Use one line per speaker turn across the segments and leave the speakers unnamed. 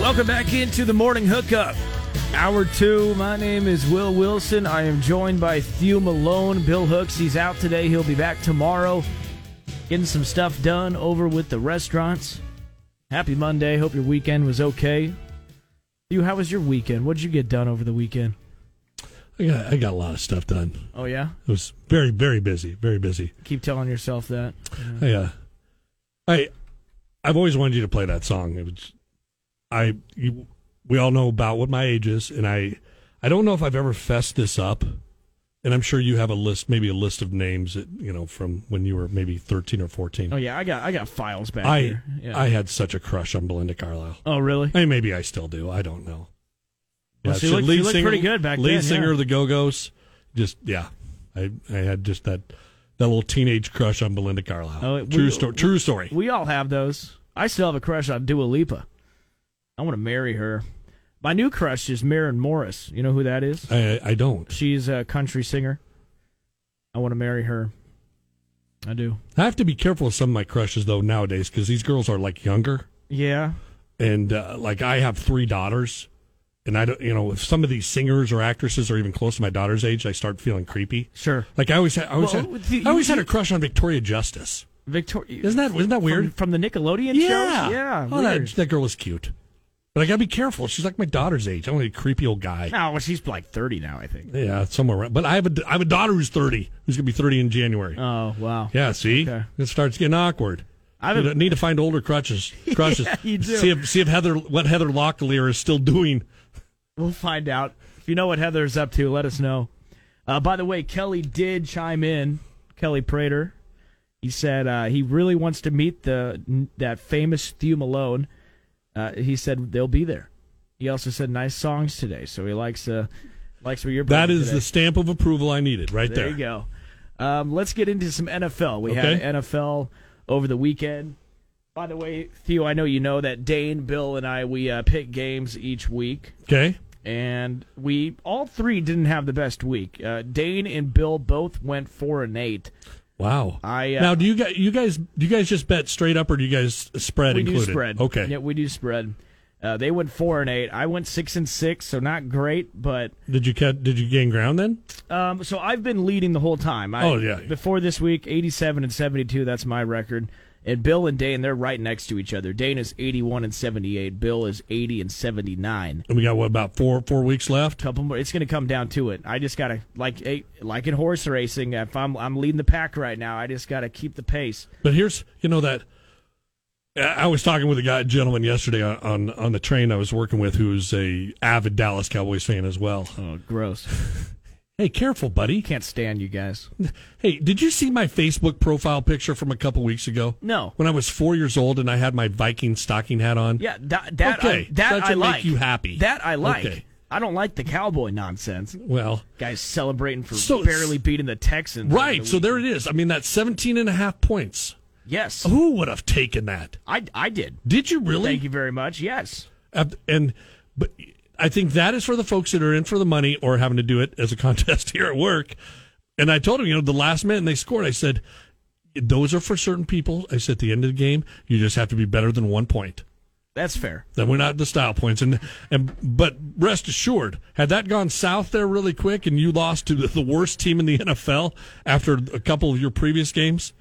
Welcome back into the morning hookup. Hour two. My name is Will Wilson. I am joined by Thew Malone. Bill Hooks, he's out today. He'll be back tomorrow. Getting some stuff done over with the restaurants. Happy Monday. Hope your weekend was okay. Thew, how was your weekend? What did you get done over the weekend?
I got, I got a lot of stuff done.
Oh, yeah?
It was very, very busy. Very busy.
Keep telling yourself that.
I, uh, I, I've always wanted you to play that song. It was, I, you, we all know about what my age is, and I, I don't know if I've ever fessed this up. And I'm sure you have a list, maybe a list of names that you know from when you were maybe 13 or 14.
Oh, yeah. I got I got files back
I,
here. Yeah.
I had such a crush on Belinda Carlisle.
oh, really?
I mean, maybe I still do. I don't know.
Well, she looked- she looked pretty good back
lead
then,
singer
yeah.
of the Go Go's. Just yeah, I I had just that that little teenage crush on Belinda Carlisle.
Oh, it-
true
we-
story. True story.
We all have those. I still have a crush on Dua Lipa. I want to marry her. My new crush is Maren Morris. You know who that is?
I I don't.
She's a country singer. I want to marry her. I do.
I have to be careful with some of my crushes though nowadays because these girls are like younger
Yeah.
and uh, like I have three daughters. And I don't, you know, if some of these singers or actresses are even close to my daughter's age, I start feeling creepy.
Sure.
Like I always had, I always,
Well,
had,
the-
I always
you-
had a crush on Victoria Justice.
Victoria.
Isn't that, isn't that weird?
From, from the Nickelodeon
Yeah.
shows? Yeah.
Oh, that,
weird.
that girl was cute. But I got to be careful. She's like my daughter's age. I'm a creepy old guy.
No, well, she's like 30 now, I think.
Yeah, somewhere around. But I have a, I have a daughter who's 30, who's going to be 30 in January.
Oh, wow.
yeah, see?
okay.
It starts getting awkward.
I've-
I need to find older crutches. Crushes.
Yeah, you do.
See if see if Heather what Heather Locklear is still doing.
We'll find out. If you know what Heather's up to, let us know. Uh, by the way, Kelly did chime in. Kelly Prater. He said uh, he really wants to meet the that famous Thew Malone. Uh, he said they'll be there. He also said nice songs today, so he likes uh, likes what you're.
That
bringing
is
today.
the stamp of approval I needed right
There
there.
you go. Um, let's get into some NFL. We
Okay.
had NFL over the weekend. By the way, Theo, I know you know that Dane, Bill, and I we uh, pick games each week
Okay.
and we all three didn't have the best week. Uh, Dane and Bill both went four and eight.
Wow.
I, uh,
now do you guys you guys do you guys just bet straight up or do you guys spread
we
included?
do spread.
Okay.
yeah, we do spread. Uh, they went four and eight. I went six and six, so not great, but
Did you ca- did you gain ground then?
um, so I've been leading the whole time. I,
Oh, yeah.
Before this week, eighty-seven and seventy-two. That's my record. And Bill and Dane, they're right next to each other. Dane is eighty-one and seventy-eight. Bill is eighty and seventy-nine.
And we got what about four four weeks left?
couple more. It's going to come down to it. I just got to like eh, like in horse racing. If I'm I'm leading the pack right now, I just got to keep the pace.
But here's you know that I- I was talking with a guy gentleman yesterday on, on on the train I was working with who's a avid Dallas Cowboys fan as well.
Oh, gross!
Hey, careful, buddy.
Can't stand you guys.
Hey, did you see my Facebook profile picture from a couple weeks ago?
No.
When I was four years old and I had my Viking stocking hat on.
Yeah, that that
Okay,
I, that
that
I
should make
like.
you happy.
That I like.
Okay.
I don't like the cowboy nonsense.
Well,
Guys celebrating for
So-
barely beating the Texans. over
right.
the
So there
weekend.
it is. I mean, that's 17 and a half points.
Yes,
Who would have taken that?
I I did.
Did you really?
Thank you very much. Yes.
Ab- and but I think that is for the folks that are in for the money or having to do it as a contest here at work. And I told him, you know, the last minute and they scored. I said, those are for certain people. I said, at the end of the game, you just have to be better than one point.
That's fair.
Then we're not the style points, and and but rest assured, had that gone south there really quick, and you lost to the, the worst team in the NFL after a couple of your previous games,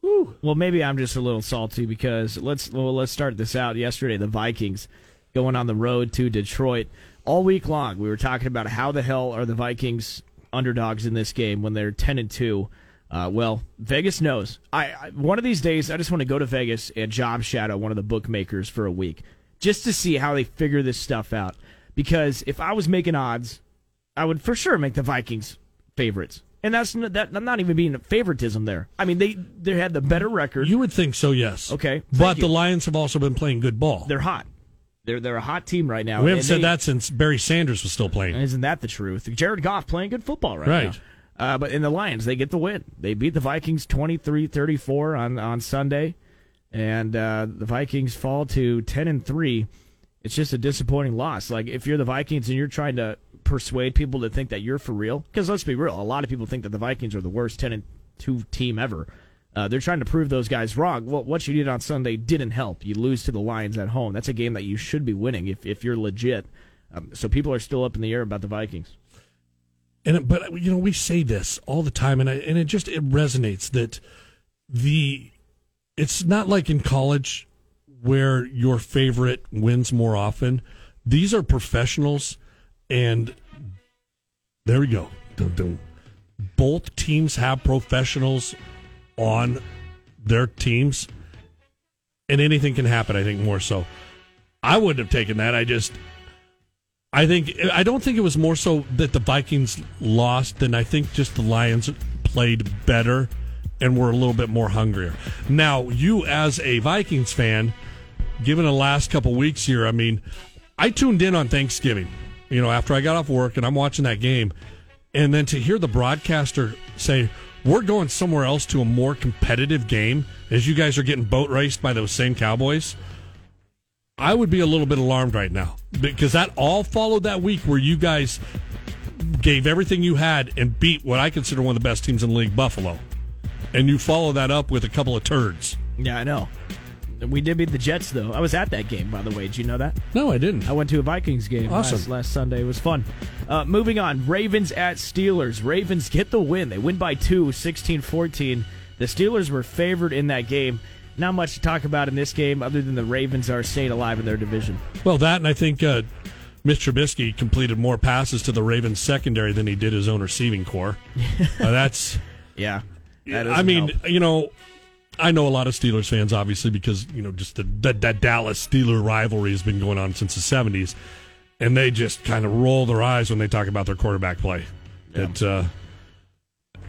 Well, maybe I'm just a little salty because let's well, let's start this out. Yesterday, the Vikings going on the road to Detroit all week long. We were talking about how the hell are the Vikings underdogs in this game when they're ten and two. Uh, well, Vegas knows. I, I one of these days, I just want to go to Vegas and job shadow one of the bookmakers for a week, just to see how they figure this stuff out. Because if I was making odds, I would for sure make the Vikings favorites, and that's n- that. I'm not even being favoritism there. I mean, they they had the better record.
You would think so, yes.
Okay, thank
But
you.
the Lions have also been playing good ball.
they're hot. They're they're a hot team right now.
we haven't
and
said
they-
that since Barry Sanders was still playing.
Isn't that the truth? Jared Goff playing good football right,
Right.
now. Uh, but in the Lions, they get the win. They beat the Vikings 23-34 on, on Sunday, and uh, the Vikings fall to 10 and 3. It's just a disappointing loss. Like if you're the Vikings and you're trying to persuade people to think that you're for real, because let's be real, a lot of people think that the Vikings are the worst 10 and 2 team ever. Uh, they're trying to prove those guys wrong. Well, what you did on Sunday didn't help. You lose to the Lions at home. That's a game that you should be winning if if you're legit. Um, so people are still up in the air about the Vikings.
And it- but you know we say this all the time, and I, and it just it resonates that the it's not like in college where your favorite wins more often. These are professionals, and there we go. Dun, dun. Both teams have professionals on their teams, and anything can happen. I think more so. I wouldn't have taken that. I just I think I don't think it was more so that the Vikings lost than I think just the Lions played better and were a little bit more hungrier. Now, you as a Vikings fan, given the last couple weeks here, I mean, I tuned in on Thanksgiving, you know, after I got off work and I'm watching that game, and then to hear the broadcaster say we're going somewhere else to a more competitive game as you guys are getting boat raced by those same Cowboys. I would be a little bit alarmed right now because that all followed that week where you guys gave everything you had and beat what I consider one of the best teams in the league, Buffalo. And you follow that up with a couple of turds.
Yeah, I know. We did beat the Jets though. I was at that game, by the way. Did you know that?
No, I didn't.
I went to a Vikings game
Awesome.
last, last Sunday. It was fun. Uh, moving on, Ravens at Steelers. Ravens get the win. They win by two, 16-14. The Steelers were favored in that game. Not much to talk about in this game other than the Ravens are staying alive in their division.
Well, that and I think uh, Mitch Trubisky completed more passes to the Ravens secondary than he did his own receiving core. Uh, that's
Yeah. that
I
doesn't
mean,
help.
you know, I know a lot of Steelers fans, obviously, because you know, just the, that that Dallas Steeler rivalry has been going on since the seventies, and they just kind of roll their eyes when they talk about their quarterback play. It, uh,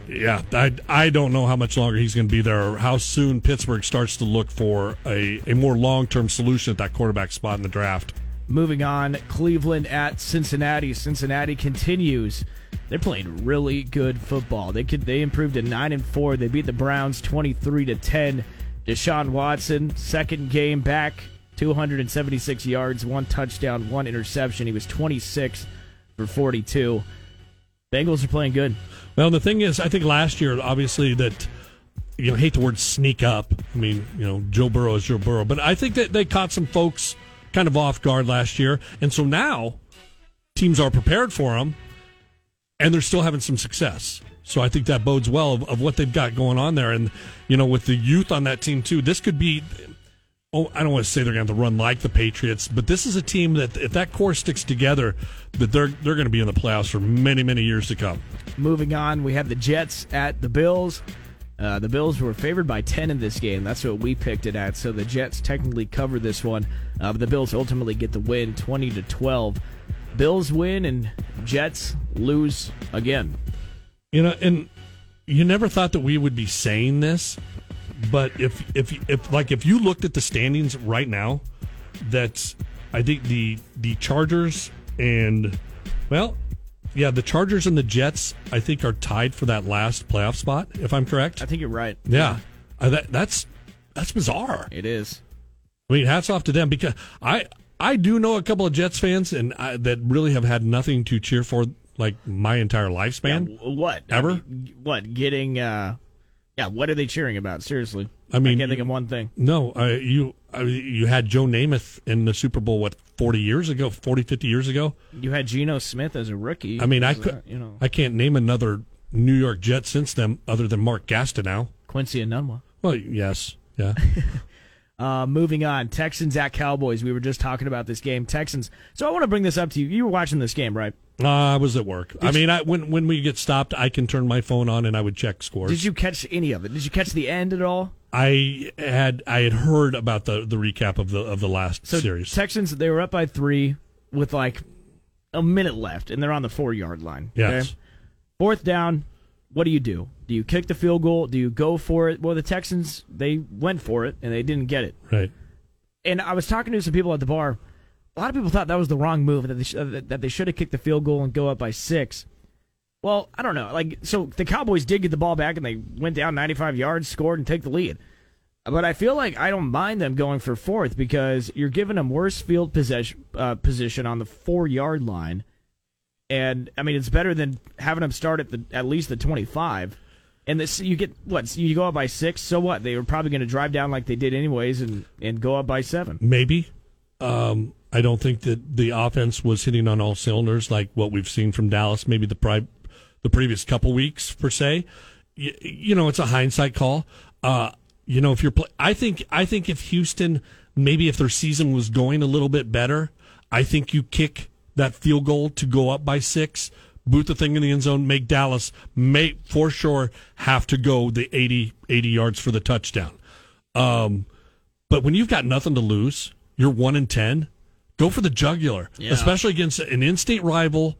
yeah, I I don't know how much longer he's going to be there, or how soon Pittsburgh starts to look for a a more long term solution at that quarterback spot in the draft.
Moving on, Cleveland at Cincinnati. Cincinnati continues. They're playing really good football. They could they improved to nine and four. They beat the Browns twenty three to ten. Deshaun Watson, second game back, two hundred and seventy six yards, one touchdown, one interception. He was twenty six for forty two. Bengals are playing good.
Well, the thing is, I think last year, obviously, that you know, hate the word sneak up. I mean, you know, Joe Burrow is Joe Burrow, but I think that they caught some folks kind of off guard last year, and so now teams are prepared for them, and they're still having some success. So I think that bodes well of, of what they've got going on there, and you know, with the youth on that team too, this could be. Oh, I don't want to say they're going to have to run like the Patriots, but this is a team that if that core sticks together, that they're they're going to be in the playoffs for many many years to come.
Moving on, we have the Jets at the Bills. Uh, the Bills were favored by 10 in this game. That's what we picked it at. So the Jets technically cover this one, uh, but the Bills ultimately get the win 20 to 12. Bills win and Jets lose again.
You know, and you never thought that we would be saying this, but if if if like if you looked at the standings right now, that's I think the the Chargers and well, yeah, the Chargers and the Jets I think are tied for that last playoff spot, if I'm correct.
I think you're right.
yeah. Uh, that that's that's bizarre.
It is.
I mean, hats off to them because I I do know a couple of Jets fans and I, that really have had nothing to cheer for like my entire lifespan.
Yeah, w- what? I
Ever?
mean, what? Getting. Uh, yeah, what are they cheering about? Seriously.
I mean,
I can't think
you-
of one thing.
No, uh, you uh, you had Joe Namath in the Super Bowl what 40 years ago, 40 50 years ago.
You had Geno Smith as a rookie.
I mean, I
Was
could
that, You know,
I can't name another New York Jet since then other than Mark Gastineau.
Quincy and Nunwa.
Well, yes. Yeah.
Uh, moving on, Texans at Cowboys. We were just talking about this game, Texans. So I want to bring this up to you. You were watching this game, right?
Uh, I was at work. I mean, I, when when we get stopped, I can turn my phone on and I would check scores.
Did you catch any of it? Did you catch the end at all?
I had I had heard about the, the recap of the of the last
So
series.
Texans, they were up by three with like a minute left, and they're on the four yard line.
Yes.
Fourth down, what do you do? Do you kick the field goal? Do you go for it? Well, the Texans, they went for it and they didn't get it.
Right.
And I was talking to some people at the bar. A lot of people thought that was the wrong move that they sh- uh, that they should have kicked the field goal and go up by six. Well, I don't know. Like, so the Cowboys did get the ball back and they went down 95 yards, scored, and take the lead. But I feel like I don't mind them going for fourth because you're giving them worse field possession uh, position on the four yard line, and I mean it's better than having them start at the at least the 25. And this you get what so you go up by six. So what they were probably going to drive down like they did anyways and and go up by seven.
Maybe. Um, I don't think that the offense was hitting on all cylinders like what we've seen from Dallas. Maybe the pri- the previous couple weeks per se. Y- you know, it's a hindsight call. Uh, you know, if you're, play- I think, I think if Houston, maybe if their season was going a little bit better, I think you kick that field goal to go up by six, boot the thing in the end zone, make Dallas, make for sure have to go the 80, 80 yards for the touchdown. Um, but when you've got nothing to lose, you're one in ten. Go for the jugular, especially against an in-state rival.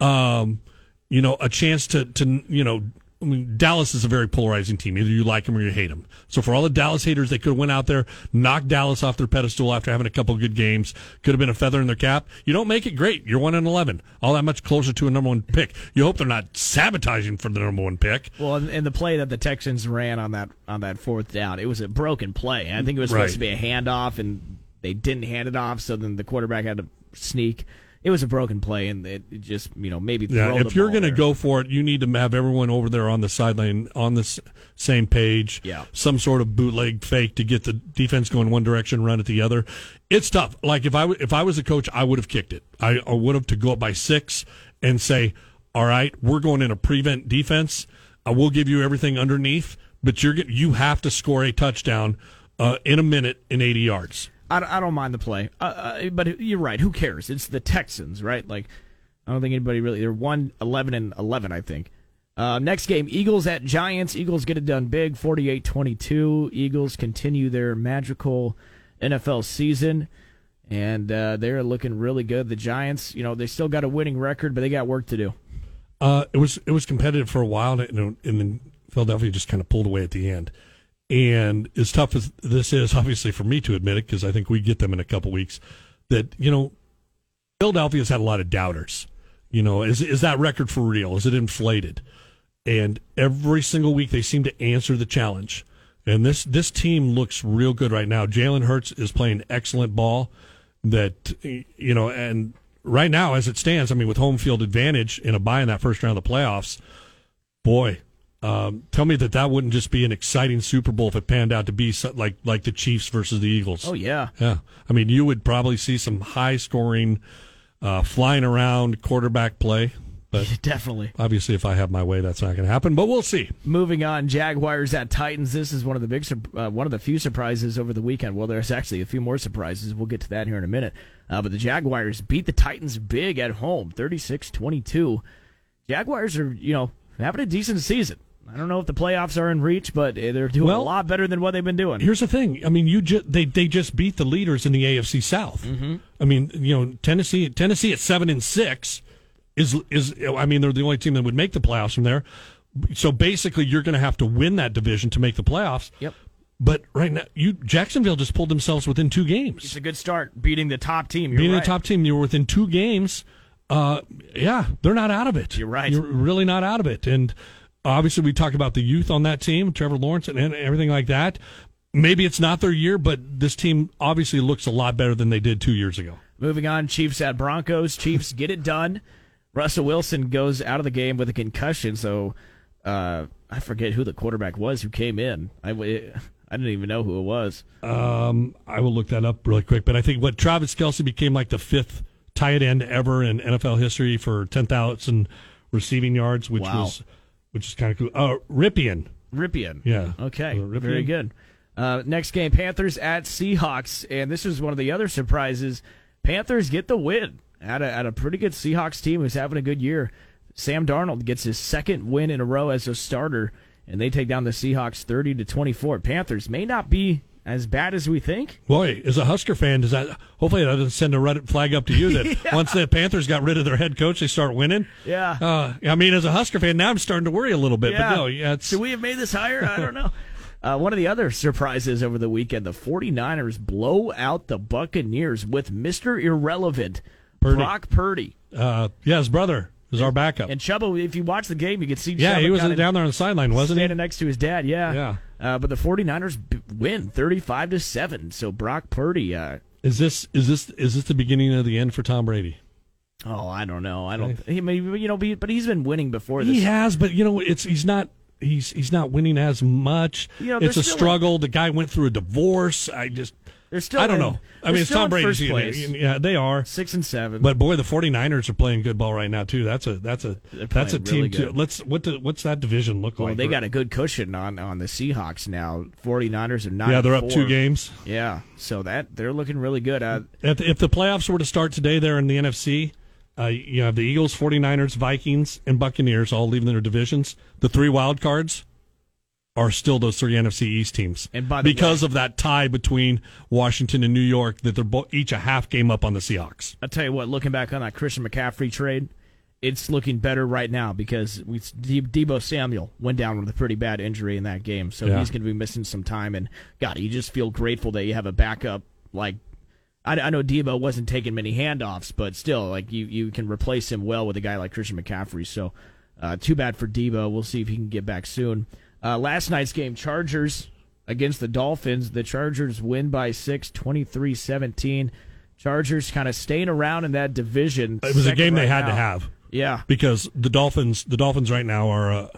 Um, you know, a chance to to you know, I mean, Dallas is a very polarizing team. Either you like them or you hate them. So for all the Dallas haters, they could have went out there, knocked Dallas off their pedestal after having a couple of good games. Could have been a feather in their cap. You don't make it great. You're one in eleven, all that much closer to a number one pick. You hope they're not sabotaging for the number one pick.
Well, and, and the play that the Texans ran on that on that fourth down, it was a broken play. I think it was supposed
Right.
to be a handoff, and they didn't hand it off. So then the quarterback had to sneak. It was a broken play, and it, it just you know maybe
Yeah,
throw
if
the
you're
ball
going to
there.
go for it, you need to have everyone over there on the sideline on the s- same page.
Yeah.
some sort of bootleg fake to get the defense going one direction, run at the other. It's tough. Like if I w- if I was a coach, I would have kicked it. I, I would have to go up by six and say, "All right, we're going in a prevent defense. I will give you everything underneath, but you're get- you have to score a touchdown uh, in a minute in 80 yards."
I, don't- I don't mind the play, uh, uh, but you're right. Who cares? It's the Texans, right? Like, I don't think anybody really. They're one eleven and eleven, I think. Uh, next game, Eagles at Giants. Eagles get it done big, 48-22. Eagles continue their magical NFL season, and uh, they're looking really good. The Giants, you know, they still got a winning record, but they got work to do.
Uh, it was it was competitive for a while, and, and then Philadelphia just kind of pulled away at the end. And as tough as this is, obviously for me to admit it, because I think we get them in a couple weeks. That you know, Philadelphia's had a lot of doubters. You know, is is that record for real? Is it inflated? And every single week they seem to answer the challenge. And this this team looks real good right now. Jalen Hurts is playing excellent ball. That you know, and right now as it stands, I mean, with home field advantage in a bye in that first round of the playoffs, boy, um, tell me that that wouldn't just be an exciting Super Bowl if it panned out to be so, like like the Chiefs versus the Eagles.
Oh yeah,
Yeah. I mean, you would probably see some high scoring, uh, flying around quarterback play. But
definitely.
obviously, if I have my way, that's not going to happen. But we'll see.
Moving on, Jaguars at Titans. This is one of the big, sur- uh, one of the few surprises over the weekend. Well, there's actually a few more surprises. We'll get to that here in a minute. Uh, but the Jaguars beat the Titans big at home, 36-22. Jaguars are, you know, having a decent season. I don't know if the playoffs are in reach, but eh, they're doing a
Well-
lot better than what they've been doing.
Here's the thing. I mean, you ju- they they just beat the leaders in the AFC South. I mean, you know, Tennessee Tennessee at seven and six is is I mean they're the only team that would make the playoffs from there. So basically, you're going to have to win that division to make the playoffs.
Yep.
But right now, you Jacksonville just pulled themselves within two games.
It's a good start beating the top team. You're
being
right.
a top team, you were within two games. Uh, yeah, they're not out of it.
You're right.
You're really not out of it. And obviously, we talk about the youth on that team, Trevor Lawrence, and, and everything like that. Maybe it's not their year, but this team obviously looks a lot better than they did two years ago.
Moving on, Chiefs at Broncos. Chiefs get it done. Russell Wilson goes out of the game with a concussion. So uh, I forget who the quarterback was who came in. I, w- I didn't even know who it was.
Um, I will look that up really quick. But I think what Travis Kelsey became like the fifth tight end ever in NFL history for ten thousand receiving yards, which
Wow.
was which is kind of cool. Uh, Ripien.
Ripien.
Yeah.
Okay.
Uh, Ripien.
Very good. Uh, next game, Panthers at Seahawks, and this is one of the other surprises. Panthers get the win at a, at a pretty good Seahawks team who's having a good year. Sam Darnold gets his second win in a row as a starter, and they take down the Seahawks thirty to twenty four. Panthers may not be as bad as we think.
Boy, as a Husker fan, does that hopefully that doesn't send a red flag up to you that once the Panthers got rid of their head coach, they start winning.
Yeah.
Uh, I mean, as a Husker fan, now I'm starting to worry a little bit. But no, yeah, it's,
Should we have made this higher? I don't know. Uh, one of the other surprises over the weekend, the 49ers blow out the Buccaneers with Mr. Irrelevant,
Purdy.
Brock Purdy.
uh, yeah, his brother is our backup.
And Chuba, if you watch the game, you could see
yeah,
Chubba
he was
kinda
down there on the sideline, wasn't he?
standing next to his dad. Yeah.
Yeah.
Uh, but the 49ers b- win 35 to 7. So Brock Purdy, uh,
Is this is this is this the beginning of the end for Tom Brady?
oh, I don't know. I don't, he may, you know, be, but he's been winning before this.
He has, but you know, it's he's not he's he's not winning as much.
You know,
it's
they're
a
still in-
struggle. The guy went through a divorce. I just
They're still
I don't
in-
know. I
they're
mean, it's
still
Tom
in
Brady's
first
you know,
place.
Yeah, they are.
Six and seven.
But boy, the 49ers are playing good ball right now too. That's a that's a
They're
that's a
playing really
team too.
good.
Let's what do, what's that division look
well,
like?
they got a good cushion on, on the Seahawks now. 49ers are nine.
yeah, they're
and
up
four.
two games.
Yeah, so that they're looking really good. Uh,
If, if the playoffs were to start today, there in the NFC, uh, you have the Eagles, 49ers, Vikings, and Buccaneers all leaving their divisions. The three wild cards are still those three NFC East teams.
And by the
because of that tie between Washington and New York, that they're bo- each a half game up on the Seahawks.
I'll tell you what, looking back on that Christian McCaffrey trade, it's looking better right now because we De- Debo Samuel went down with a pretty bad injury in that game, so
Yeah.
he's going to be missing some time. And God, you just feel grateful that you have a backup. Like I, I know Debo wasn't taking many handoffs, but still, like you you can replace him well with a guy like Christian McCaffrey. So uh, too bad for Debo. We'll see if he can get back soon. Uh, last night's game, Chargers against the Dolphins. The Chargers win by six, 23-17. Chargers kind of staying around in that division.
It was a
second
game they
right
had to
now.
have.
Yeah.
because the Dolphins, the Dolphins right now are, uh,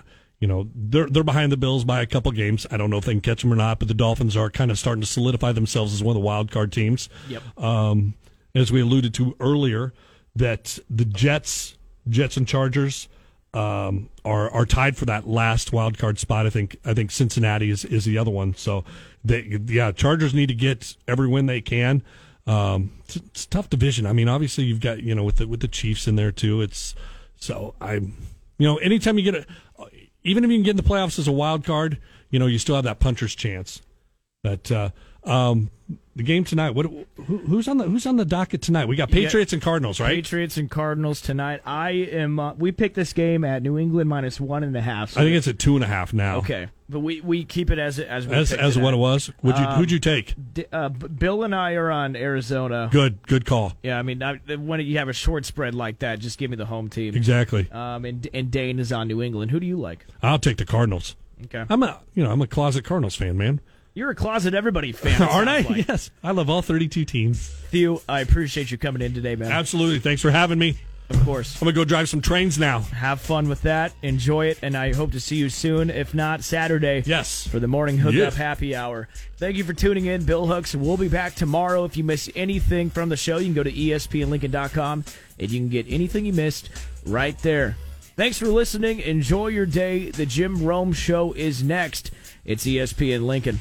you know, they're they're behind the Bills by a couple games. I don't know if they can catch them or not, but the Dolphins are kind of starting to solidify themselves as one of the wild card teams.
Yep.
Um, as we alluded to earlier, that the Jets, Jets and Chargers. Um, are are tied for that last wild card spot. I think I think Cincinnati is, is the other one. So, they, yeah, Chargers need to get every win they can. Um, it's, it's a tough division. I mean, obviously you've got you know with the with the Chiefs in there too. It's so I, you know, anytime you get a, even if you can get in the playoffs as a wild card, you know, you still have that puncher's chance. But uh, um, the game tonight, what who, who's on the who's on the docket tonight? We got Patriots and Cardinals, right?
Patriots and Cardinals tonight. I am. Uh, we picked this game at New England minus one and a half. so-
I think it's at two and a half now.
okay, but we, we keep it as as we
as
picked
as
it at.
what it was. Would
Um,
you who'd you take?
D- uh, B- Bill and I are on Arizona.
Good good call.
Yeah, I mean, I, when you have a short spread like that, just give me the home team.
Exactly.
Um, and and Dane is on New England. Who do you like?
I'll take the Cardinals.
Okay,
I'm a you know I'm a closet Cardinals fan, man.
you're a closet everybody fan, it
Aren't I?
sounds Like.
Yes, I love all 32 teams.
Theo, I appreciate you coming in today, man.
Absolutely. Thanks for having me.
Of course.
I'm gonna go drive some trains now.
Have fun with that. Enjoy it, and I hope to see you soon. If not, Saturday.
Yes.
for the morning hookup
Yes.
happy hour. Thank you for tuning in, Bill Hooks. We'll be back tomorrow. If you miss anything from the show, you can go to E espnlincoln.com and you can get anything you missed right there. Thanks for E listening. Enjoy your day. The Jim Rome Show is next. It's ESPN Lincoln.